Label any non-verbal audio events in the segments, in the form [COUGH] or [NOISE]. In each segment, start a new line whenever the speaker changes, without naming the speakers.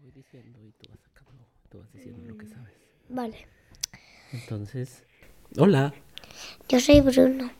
voy diciendo y tú vas sacando, tú vas diciendo lo que sabes.
Vale.
Entonces, hola,
Yo soy Bruno.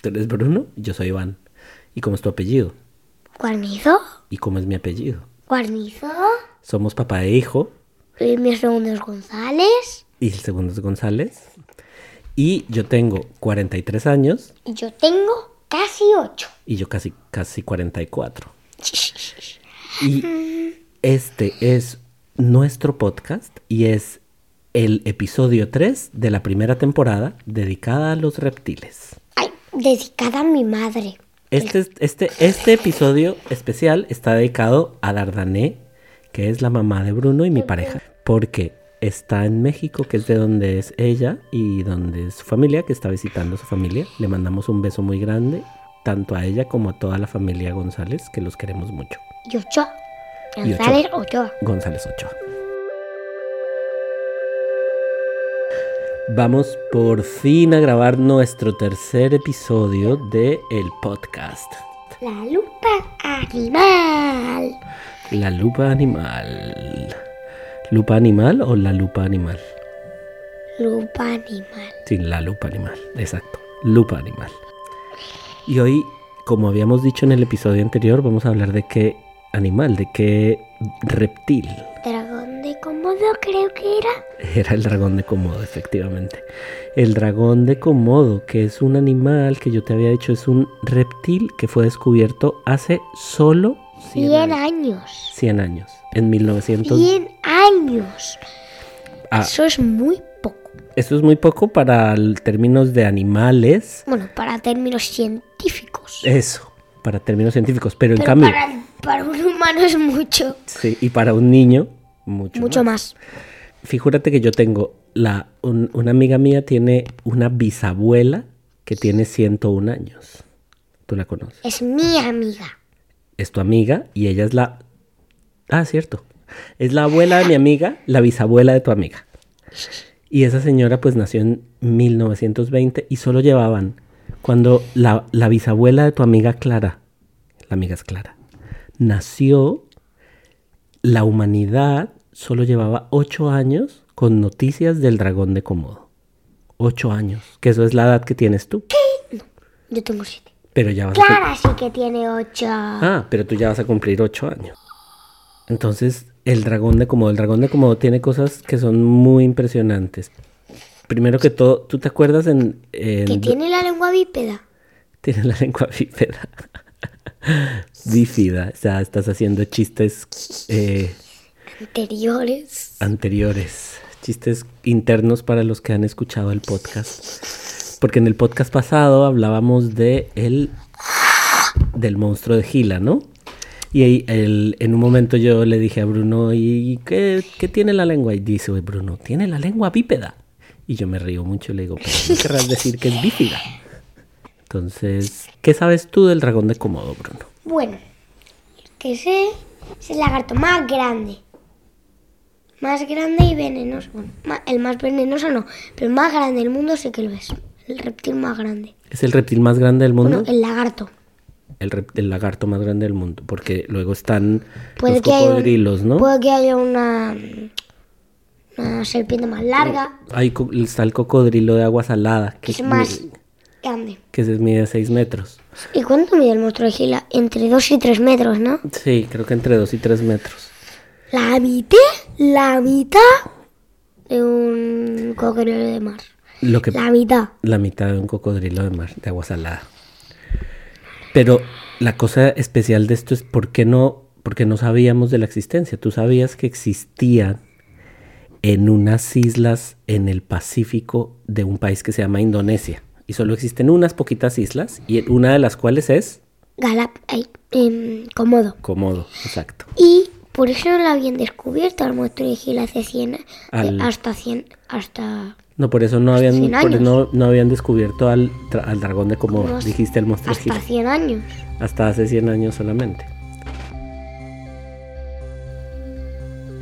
tú eres Bruno, yo soy Iván. ¿Y cómo es tu apellido?
¿Guarnizo?
¿Y cómo es mi apellido?
¿Guarnizo?
Somos papá e hijo,
Y mi segundo es González.
y el segundo es González. Y yo tengo 43 años
Y yo tengo casi ocho.
y yo casi, casi 44. Y este es nuestro podcast y es el episodio 3 de la primera temporada dedicada a los reptiles.
Ay, dedicada a mi madre.
Este, este, este episodio especial está dedicado a Dardané, que es la mamá de Bruno y mi pareja, porque está en México, que es de donde es ella y donde es su familia, que está visitando a su familia. Le mandamos un beso muy grande, tanto a ella como a toda la familia González, que los queremos mucho.
Y ocho.
Y Ochoa.
González Ochoa.
González Ochoa. Vamos por fin a grabar nuestro tercer episodio de el podcast.
La lupa animal.
La lupa animal. ¿Lupa animal o la lupa animal?
Lupa animal.
Sí, la lupa animal, exacto. Lupa animal. Y hoy, como habíamos dicho en el episodio anterior, vamos a hablar de qué animal, de qué reptil. [LAUGHS]
Dragón de Komodo creo que era.
Era el dragón de Komodo, efectivamente. El dragón de Komodo, que es un animal que yo te había dicho, es un reptil que fue descubierto hace solo
100
100 años.
años.
100 años, en 1900.
100 años.
Ah.
Eso es muy poco.
Esto es muy poco para el- términos de animales,
Bueno, para términos científicos.
eso, para términos científicos, pero, en
Pero
cambio,
para, para un humano es mucho.
sí, y para un niño, mucho,
Mucho
más.
más.
Figúrate que yo tengo, la, un- una amiga mía tiene una bisabuela que tiene 101 años. Tú la conoces.
Es mi amiga.
Es tu amiga y ella es la... Ah, cierto. Es la abuela de mi amiga, la bisabuela de tu amiga. Y esa señora pues nació en 1920 y solo llevaban cuando la, la bisabuela de tu amiga Clara, la amiga es Clara, nació, la humanidad solo llevaba ocho años con noticias del dragón de Komodo. Ocho años, que eso es la edad que tienes tú.
Yo tengo siete.
Pero ya vas a cum-
Clara sí que tiene ocho.
Ah, pero tú ya vas a cumplir ocho años. Entonces, el dragón de Komodo, el dragón de Komodo tiene cosas que son muy impresionantes. Primero que todo, ¿tú te acuerdas en... en-
Que tiene la lengua bípeda.
Tiene la lengua bífida. [LAUGHS] Bífida. O sea, estás haciendo chistes eh,
Anteriores.
anteriores. Chistes internos para los que han escuchado el podcast. Porque en el podcast pasado hablábamos de el, del monstruo de Gila, ¿no? Y ahí el- en un momento yo le dije a Bruno, ¿y qué, qué tiene la lengua? Y dice, "Uy, Bruno, tiene la lengua bípeda. Y yo me río mucho y le digo, ¿pero no querrás decir que es bífida? Entonces, ¿qué sabes tú del dragón de Komodo, Bruno?
Bueno, el que sé es el lagarto más grande. Más grande y venenoso. Bueno, ma- el más venenoso no, pero el más grande del mundo sí que lo es. El reptil más grande.
¿Es el reptil más grande del mundo?
Bueno, el lagarto.
el, rep- el lagarto más grande del mundo, porque luego están
Puede
los
Pues que haya un- pues
cocodrilos, ¿no?
Puede que haya una, una serpiente más larga,
Hay co- está el cocodrilo de agua salada, que,
que es más
mide-
grande.
que se mide 6 metros.
¿Y cuánto mide el monstruo de Gila? Entre 2 y 3 metros, ¿no?
Sí, creo que entre 2 y 3 metros.
La mitad, la mitad de un cocodrilo de mar.
Lo que,
La mitad.
la mitad de un cocodrilo de mar, de agua salada. Pero la cosa especial de esto es por qué no, porque no sabíamos de la existencia. Tú sabías que existían en unas islas en el Pacífico de un país que se llama Indonesia. Y solo existen unas poquitas islas, y en una de las cuales es
Galap, ay, em, Komodo.
Komodo, exacto.
Y por eso no lo habían descubierto al monstruo de Gila hace 100, eh,
Al-
hasta 100, hasta,
No, por eso no habían,
cien
por eso
años.
no, no habían descubierto al, tra- al dragón de Komodo.
Komodo.
Dijiste el monstruo
hasta
Gila.
100 años. [LAUGHS]
hasta hace 100 años solamente.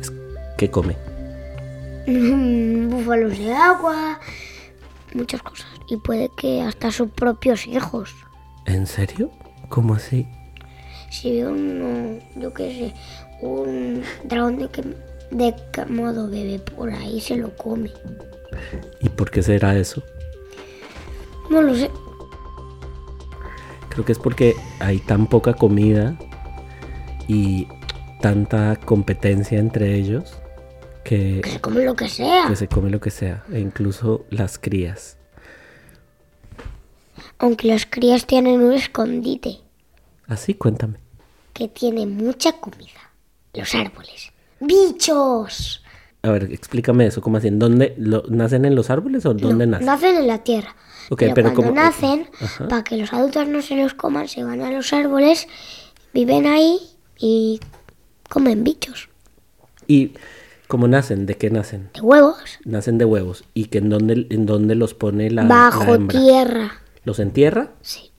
Es- ¿Qué come?
Mm, Búfalos de agua, muchas cosas. Y puede que hasta sus propios hijos.
¿En serio? ¿Cómo así?
si veo un, yo qué sé, un dragón de, que- de que modo bebé por ahí, se lo come.
¿Y por qué será eso?
No lo sé.
Creo que es porque hay tan poca comida y tanta competencia entre ellos que,
Que se come lo que sea.
que se come lo que sea, e incluso las crías.
Aunque las crías tienen un escondite
Así, cuéntame.
que tiene mucha comida. Los árboles. ¡Bichos!
A ver, explícame eso, ¿cómo así? ¿En dónde lo- nacen en los árboles o dónde
No,
nacen?
Nacen en la tierra.
Ok, pero
pero cuando
como-
nacen,
Ajá.
para que los adultos no se los coman, se van a los árboles, viven ahí y comen bichos.
¿Y cómo nacen? ¿De qué nacen?
De huevos.
Nacen de huevos. ¿Y que en dónde, en dónde los pone la, la
bajo
hembra?
tierra.
¿Los entierra?
Sí.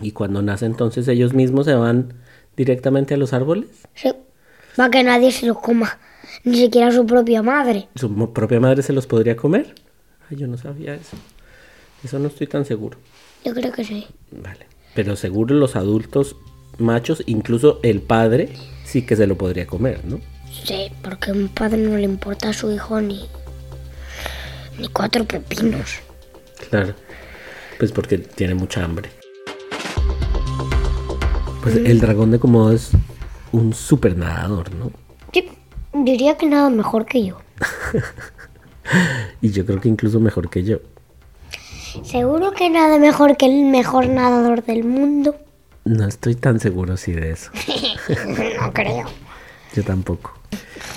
Y cuando nacen entonces ellos mismos se van directamente a los árboles.
sí. Para que nadie se los coma. Ni siquiera su propia madre.
¿Su mo- propia madre se los podría comer? Ay, yo no sabía eso. Eso no estoy tan seguro.
Yo creo que sí.
Vale. Pero seguro los adultos machos, incluso el padre, sí que se lo podría comer, ¿no?
Sí, porque a un padre no le importa a su hijo ni, ni cuatro pepinos.
Claro. Pues porque tiene mucha hambre. Pues el dragón de Komodo es un super nadador, ¿no?
Sí, diría que nada mejor que yo.
Y yo creo que incluso mejor que yo.
Seguro que nada mejor que el mejor nadador del mundo. [LAUGHS]
No estoy tan seguro si de eso.
no creo.
Yo tampoco.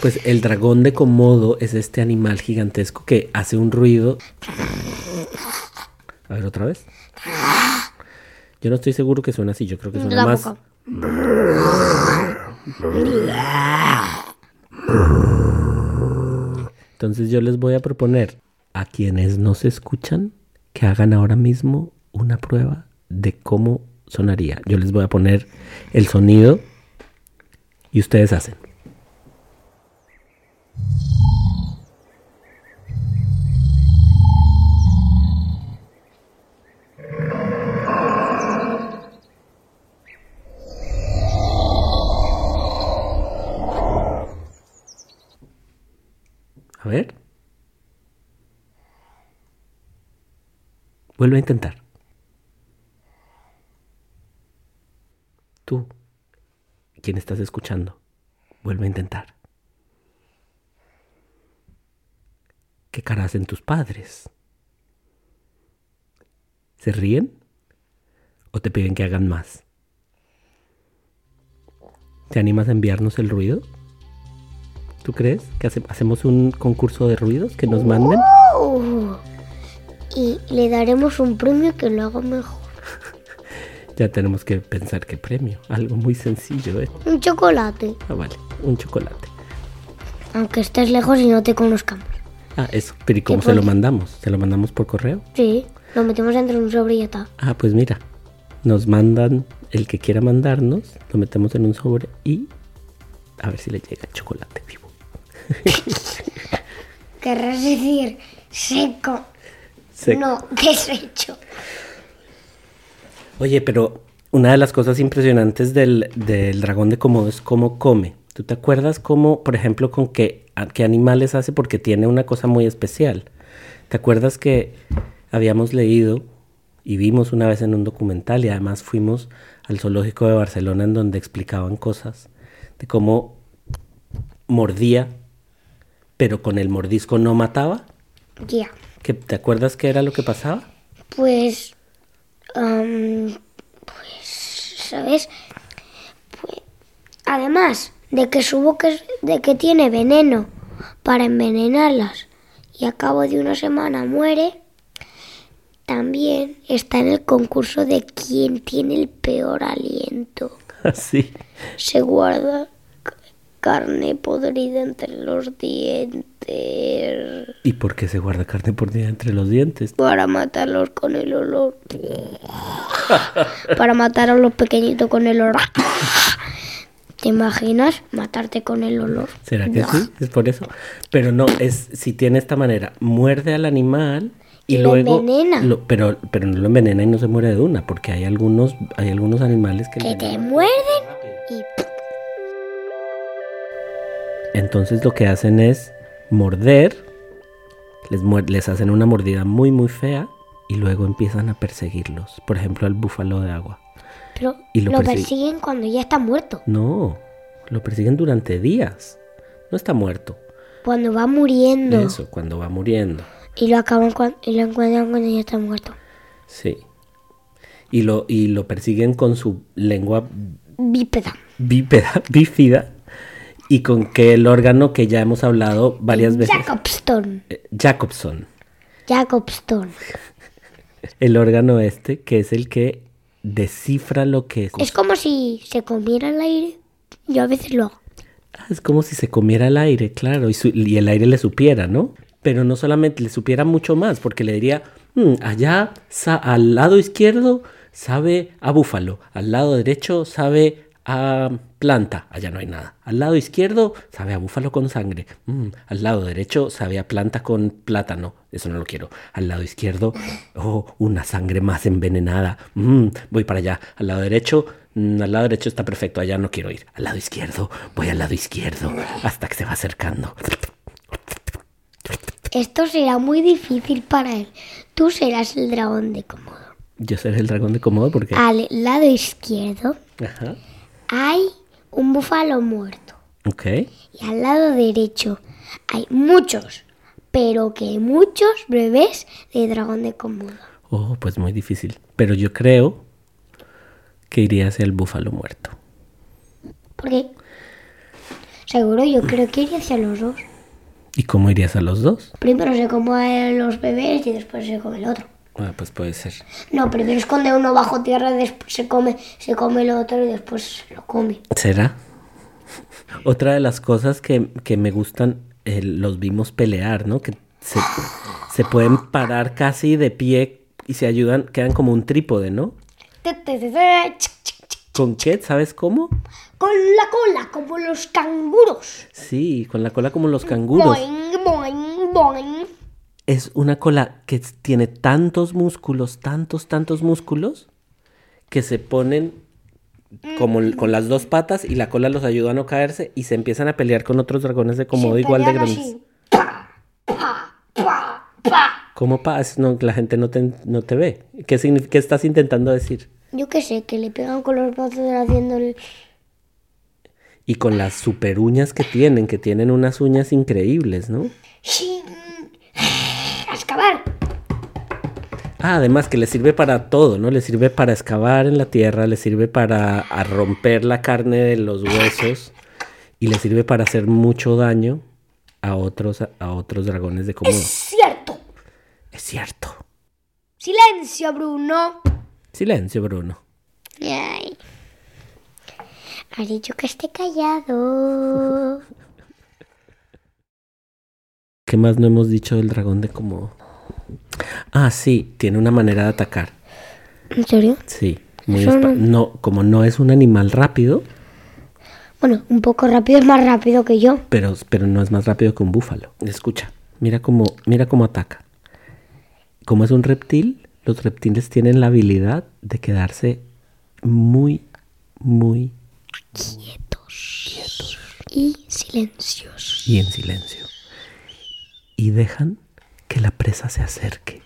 Pues el dragón de Komodo es este animal gigantesco que hace un ruido. A ver, otra vez. Yo no estoy seguro que suena así, yo creo que suena más.
tampoco.
Entonces yo les voy a proponer a quienes nos escuchan que hagan ahora mismo una prueba de cómo sonaría. Yo les voy a poner el sonido y ustedes hacen. A ver. Vuelve a intentar. Tú, quien estás escuchando, vuelve a intentar. ¿Qué cara hacen tus padres? ¿Se ríen? ¿O te piden que hagan más? ¿Te animas a enviarnos el ruido? ¿Tú crees que hace- hacemos un concurso de ruidos que nos manden?
Uh, y le daremos un premio que lo haga mejor.
Ya tenemos que pensar qué premio. Algo muy sencillo, ¿eh?
Un chocolate.
Ah, vale, un chocolate.
Aunque estés lejos y no te conozcamos.
Ah, eso. Pero ¿y cómo
¿Qué
se lo
pone?
mandamos? ¿Se lo mandamos por correo?
Sí, lo metemos dentro de un sobre y ya está.
Ah, pues mira, nos mandan, el que quiera mandarnos, lo metemos en un sobre y a ver si le llega el chocolate vivo.
Querrás decir seco.
Se-
No, [LAUGHS] deshecho.
Oye, pero una de las cosas impresionantes del, del dragón de Komodo es cómo come. ¿Tú te acuerdas cómo, por ejemplo, con qué, a- qué animales hace? Porque tiene una cosa muy especial. ¿Te acuerdas que habíamos leído y vimos una vez en un documental y además fuimos al zoológico de Barcelona en donde explicaban cosas de cómo mordía, pero con el mordisco no mataba?
Ya.
¿Que, ¿Te acuerdas qué era lo que pasaba? [LAUGHS]
Pues. am, pues. ¿Sabes? Pues, además de que su boca es- de que tiene veneno para envenenarlas y a cabo de una semana muere, también está en el concurso de quién tiene el peor aliento.
Así.
Se guarda c- carne podrida entre los dientes
¿Y por qué se guarda carne por día entre los dientes?
para matarlos con el olor. Para matar a los pequeñitos con el olor. ¿Te imaginas matarte con el olor?
¿Será que sí? Es por eso. Pero no, es si tiene esta manera, muerde al animal y,
Y lo
luego
envenena.
lo- pero pero no lo envenena y no se muere de una, porque hay algunos hay algunos animales que
Que te muerden
Entonces lo que hacen es morder, les, muer- les hacen una mordida muy muy fea y luego empiezan a perseguirlos. Por ejemplo, al búfalo de agua.
Pero
Y lo
lo,
persigue.
persiguen cuando ya está muerto.
No, lo persiguen durante días. No está muerto.
Cuando va muriendo.
Eso, cuando va muriendo.
Y lo acaban cuan- y lo encuentran cuando ya está muerto.
Sí. Y lo, y lo persiguen con su lengua
Bípeda.
bípeda, [LAUGHS] bífida, y con que el órgano que ya hemos hablado varias veces,
Jacobstone.
eh, Jacobson,
Jacobstone.
el órgano este, que es el que descifra lo que es.
Es como si se comiera el aire. Yo a veces lo hago.
Ah, Es como si se comiera el aire, claro, y, su- y el aire le supiera, ¿no? Pero no solamente le supiera mucho más, porque le diría, "Mm, allá sa- al lado izquierdo sabe a búfalo, al lado derecho sabe a planta, allá no hay nada. Al lado izquierdo sabe a búfalo con sangre, Mm, al lado derecho sabe a planta con plátano, eso no lo quiero. Al lado izquierdo, oh, una sangre más envenenada, Mm, voy para allá. Al lado derecho, Mm, al lado derecho está perfecto, allá no quiero ir. Al lado izquierdo, voy al lado izquierdo, hasta que se va acercando.
Esto será muy difícil para él. Tú serás el dragón de Komodo.
Yo seré el dragón de Komodo porque...
Al lado izquierdo
Ajá.
hay un búfalo muerto.
Ok.
Y al lado derecho hay muchos, pero que muchos bebés de dragón de Komodo.
Oh, pues muy difícil. Pero yo creo que iría hacia el búfalo muerto.
Porque seguro yo creo que iría hacia los dos.
¿Y cómo irías a los dos?
Primero se come a los bebés y después se come el otro.
Ah, pues puede ser.
No, primero esconde uno bajo tierra, después se come, se come el otro y después se lo come.
¿Será? Otra de las cosas que, que me gustan, eh, los vimos pelear, ¿no? Que se, se pueden parar casi de pie y se ayudan, quedan como un trípode, ¿no? ¿Con qué? ¿Sabes cómo?
Con la cola, como los canguros.
Sí, con la cola como los canguros.
Boing, boing, boing.
Es una cola que s- tiene tantos músculos, tantos, tantos músculos, que se ponen como l- con las dos patas y la cola los ayuda a no caerse y se empiezan a pelear con otros dragones de
Se
Komodo igual de
pelean
grandes.
así. Pa, pa, pa, pa.
¿Cómo pasa? No, la gente no te, no te ve. ¿Qué, signif- qué estás intentando decir?
Yo qué sé, que le pegan con los brazos haciendo el...
Y con las super uñas que tienen, que tienen unas uñas increíbles, ¿no?
Shin- A excavar.
Ah, además que les sirve para todo, ¿no? Les sirve para excavar en la tierra, les sirve para a romper la carne de los huesos y les sirve para hacer mucho daño a otros, a otros dragones de Komodo.
Cierto.
Es cierto.
Silencio, Bruno.
Silencio, Bruno.
Ay. Has dicho que esté callado.
¿Qué más no hemos dicho del dragón de Komodo? Ah, sí, tiene una manera de atacar.
¿En serio?
Sí, muy
Eso
espa-
no.
no, como no es un animal rápido,
Bueno, un poco rápido es más rápido que yo.
pero, pero no es más rápido que un búfalo. Escucha, mira cómo, mira cómo ataca. Como es un reptil, los reptiles tienen la habilidad de quedarse muy, muy
Y silencios.
y en silencio. Y dejan que la presa se acerque.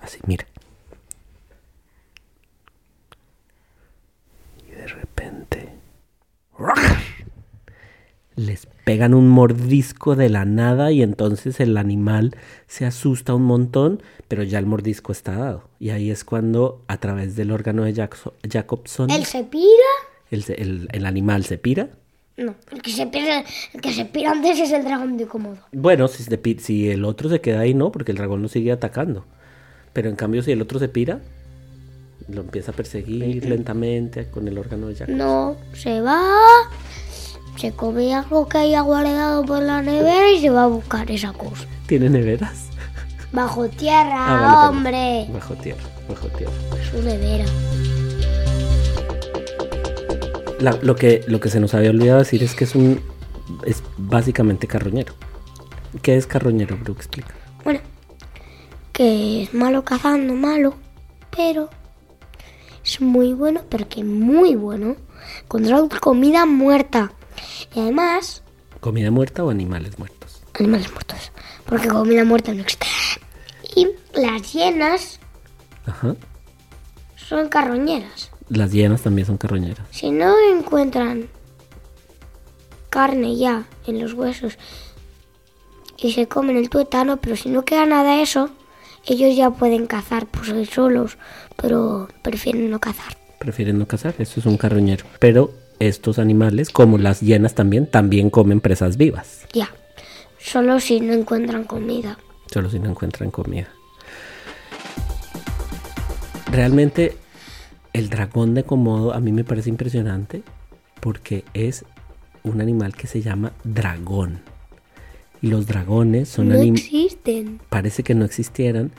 Así, mira. Y de repente... ¡ruaj! Les pegan un mordisco de la nada y entonces el animal se asusta un montón, pero ya el mordisco está dado. Y ahí es cuando a través del órgano de Jackso- Jacobson
¿El se pira?
el se- el- el animal se pira
No, el que se pira, el que se pira antes es el dragón de Komodo.
Bueno, si, se pi- si el otro se queda ahí, no, porque el dragón lo sigue atacando. Pero en cambio, si el otro se pira, lo empieza a perseguir lentamente con el órgano de Jack.
No, se va. Se come algo que haya guardado por la nevera y se va a buscar esa cosa.
Tiene neveras.
Bajo tierra,
Ah, vale,
hombre.
perdón. Bajo tierra, bajo tierra.
Su nevera.
La- lo, que, lo que se nos había olvidado decir es que es un. Es básicamente carroñero. ¿Qué es carroñero, Brooke? Explica.
Bueno, que es malo cazando, malo, pero es muy bueno, pero que muy bueno. Contra comida muerta. Y además,
¿Comida muerta o animales muertos?
Animales muertos. Porque comida muerta no existe. Y las hienas
Ajá.
son carroñeras.
Las hienas también son carroñeras.
Si no encuentran carne ya en los huesos y se comen el tuétano, pero si no queda nada de eso, ellos ya pueden cazar por sí solos, pero prefieren no cazar.
Prefieren no cazar, eso es un carroñero. Pero estos animales, como las hienas también, también comen presas vivas.
Ya, solo si no encuentran comida.
Solo si no encuentran comida. Realmente el dragón de Komodo a mí me parece impresionante porque es un animal que se llama dragón. Y los dragones son
no
animales...
existen.
parece que no existieran.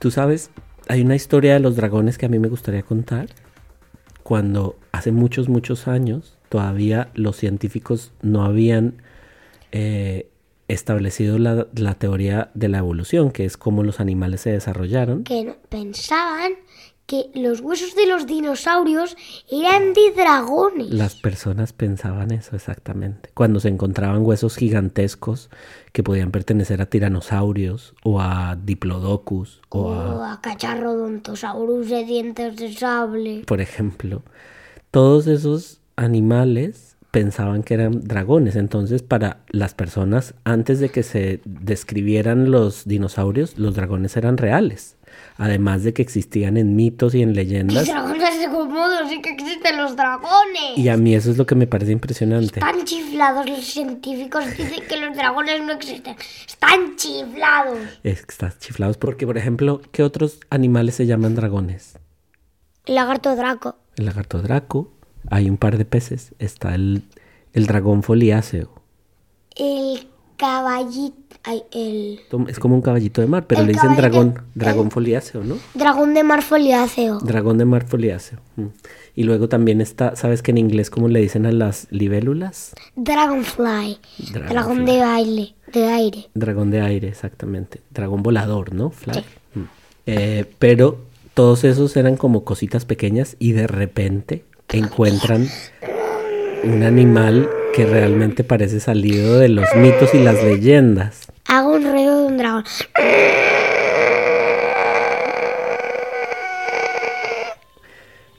Tú sabes, hay una historia de los dragones que a mí me gustaría contar. Cuando hace muchos, muchos años, todavía los científicos no habían eh, establecido la, la teoría de la evolución, que es cómo los animales se desarrollaron.
Que no- pensaban que los huesos de los dinosaurios eran de dragones.
Las personas pensaban eso exactamente. Cuando se encontraban huesos gigantescos que podían pertenecer a tiranosaurios o a diplodocus o a
O Oh, a cacharrodontosaurus de dientes de sable.
por ejemplo, todos esos animales pensaban que eran dragones. Entonces, para las personas, antes de que se describieran los dinosaurios, los dragones eran reales. Además de que existían en mitos y en
Los
leyendas.
dragones de Komodo, sí que existen los dragones.
Y a mí eso es lo que me parece impresionante.
Están chiflados los científicos, dicen que los dragones no existen. Están chiflados.
Es que estás chiflados porque, por ejemplo, ¿qué otros animales se llaman dragones?
El lagarto draco.
El lagarto draco, hay un par de peces, está el, el dragón foliáceo.
El caballito. ay, el
Es como un caballito de mar, pero
El
le dicen
caballito-
dragón, dragón foliáceo, ¿no?
dragón de mar foliáceo.
Dragón de mar foliáceo. mm. Y luego también está, ¿sabes que en inglés cómo le dicen a las libélulas?
Dragonfly.
Dragonfly.
Dragón de baile. De aire.
Dragón de aire, exactamente. Dragón volador, ¿no? Fly. Mm. Eh, pero todos esos eran como cositas pequeñas y de repente encuentran un animal que realmente parece salido de los mitos y las leyendas.
Hago un ruido de un dragón.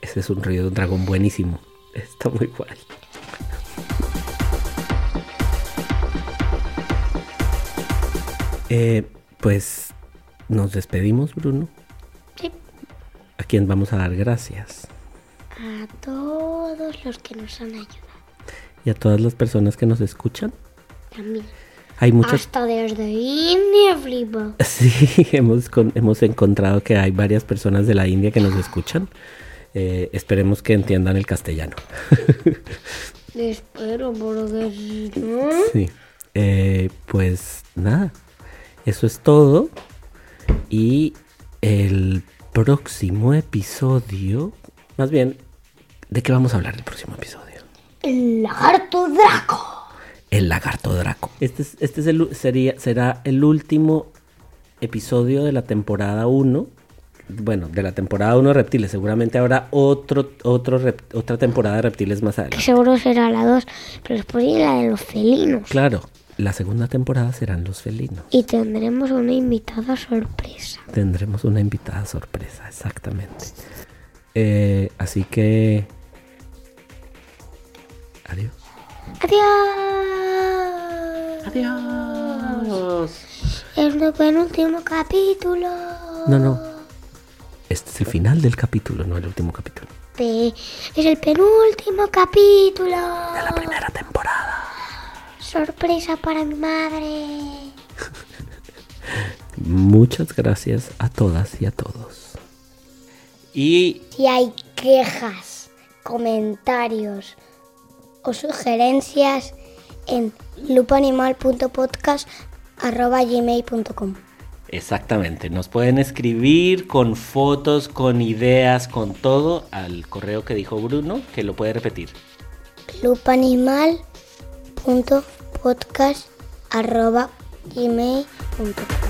Ese es un ruido de un dragón buenísimo. Está muy guay. Eh, pues nos despedimos, Bruno.
Sí.
¿A quién vamos a dar gracias?
A todos los que nos han ayudado.
Y a todas las personas que nos escuchan.
También.
Hay muchas...
Hasta desde India, flipo.
[LAUGHS] Sí, hemos, con- hemos encontrado que hay varias personas de la India que nos escuchan. Eh, esperemos que entiendan el castellano. [LAUGHS]
Espero, porque si no...
Sí. Eh, pues nada. Eso es todo. Y el próximo episodio. Más bien, ¿de qué vamos a hablar el próximo episodio?
El lagarto Draco.
El lagarto Draco. Este, es- este es el u- sería, será el último episodio de la temporada 1. Bueno, de la temporada 1 de reptiles. Seguramente habrá otro, otro rep- otra temporada de reptiles más
Que
adelante.
seguro será la 2, pero después viene la de los felinos.
Claro, la segunda temporada serán los felinos.
Y tendremos una invitada sorpresa.
Tendremos una invitada sorpresa, exactamente. Eh, así que... Adiós.
¡Adiós!
Adiós.
Es el penúltimo capítulo.
No, no. Este es el final del capítulo, no el último capítulo.
Pe- Es el penúltimo capítulo.
De la primera temporada.
Sorpresa para mi madre.
Muchas gracias a todas y a todos. Y
Si hay quejas, comentarios o sugerencias en lupoanimal.podcast.gmail.com
Exactamente, nos pueden escribir con fotos, con ideas, con todo al correo que dijo Bruno, que lo puede repetir.
lupoanimal.podcast.gmail.com